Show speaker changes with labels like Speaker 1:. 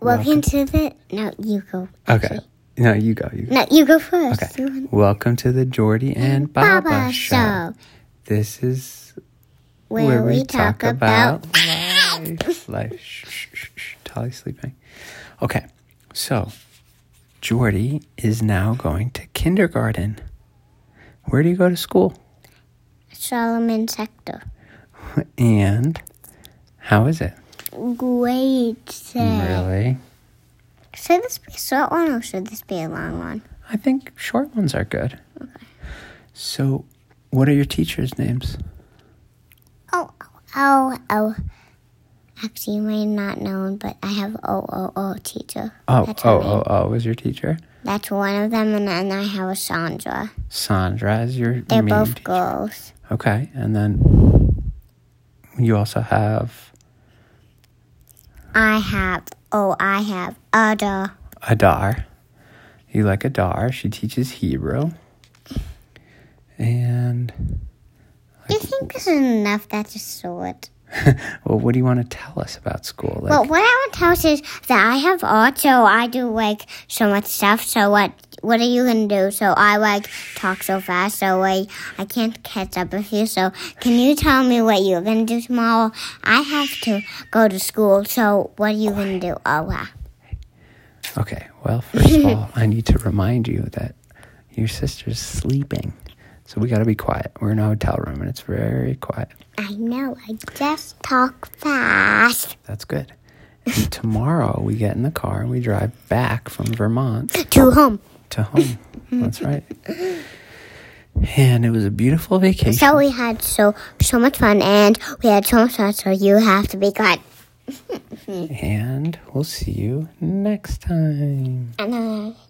Speaker 1: Welcome to the. No, you go.
Speaker 2: Okay. No, you go. You go.
Speaker 1: No, you go first. You
Speaker 2: Okay.
Speaker 1: want-
Speaker 2: Welcome to the Jordy and Baba,
Speaker 1: Baba
Speaker 2: show.
Speaker 1: Show.
Speaker 2: This is
Speaker 1: Where, we talk, about.
Speaker 2: life. life. Shh, shh, shh, shh. Tolly's sleeping. Okay. So, Jordy is now going to kindergarten. Where do you go to school?
Speaker 1: Solomon Sector.
Speaker 2: And how is it?
Speaker 1: Great. Say.
Speaker 2: Really?
Speaker 1: Should this be a short one or should this be a long one?
Speaker 2: I think short ones are good. So, what are your teachers' names?
Speaker 1: Oh, oh, oh. Actually, you may not know him, but I have O O O teacher.
Speaker 2: Oh,
Speaker 1: That's her
Speaker 2: oh,
Speaker 1: name.
Speaker 2: oh, oh, was your teacher?
Speaker 1: That's one of them, and then I have a Sandra.
Speaker 2: Sandra is your
Speaker 1: They're
Speaker 2: main
Speaker 1: both
Speaker 2: teacher.
Speaker 1: girls.
Speaker 2: Okay, and then you also have
Speaker 1: I have. Oh, I have Ada.
Speaker 2: Adar. You like Adar. She teaches Hebrew. And,
Speaker 1: Do you think this is enough? That's a sword.
Speaker 2: well, what do you want to tell us about school? Like,
Speaker 1: Well, what I want to tell us is that I have art, so I do like so much stuff. So what? What are you gonna do? So I like talk so fast, so I I can't catch up with you. So can you tell me what you're gonna do tomorrow? I have to go to school. So what are you gonna do? Oh, wow.
Speaker 2: okay, well, first of all, I need to remind you that your sister's sleeping. So we got to be quiet. We're in a hotel room and it's very quiet.
Speaker 1: I know. I just talk fast
Speaker 2: That's good. And tomorrow we get in the car and we drive back from Vermont
Speaker 1: to home.
Speaker 2: to home. That's right. And it was a beautiful vacation.
Speaker 1: So we had so so much fun, and we had so much fun. So you have to be quiet.
Speaker 2: and we'll see you next time.
Speaker 1: And I.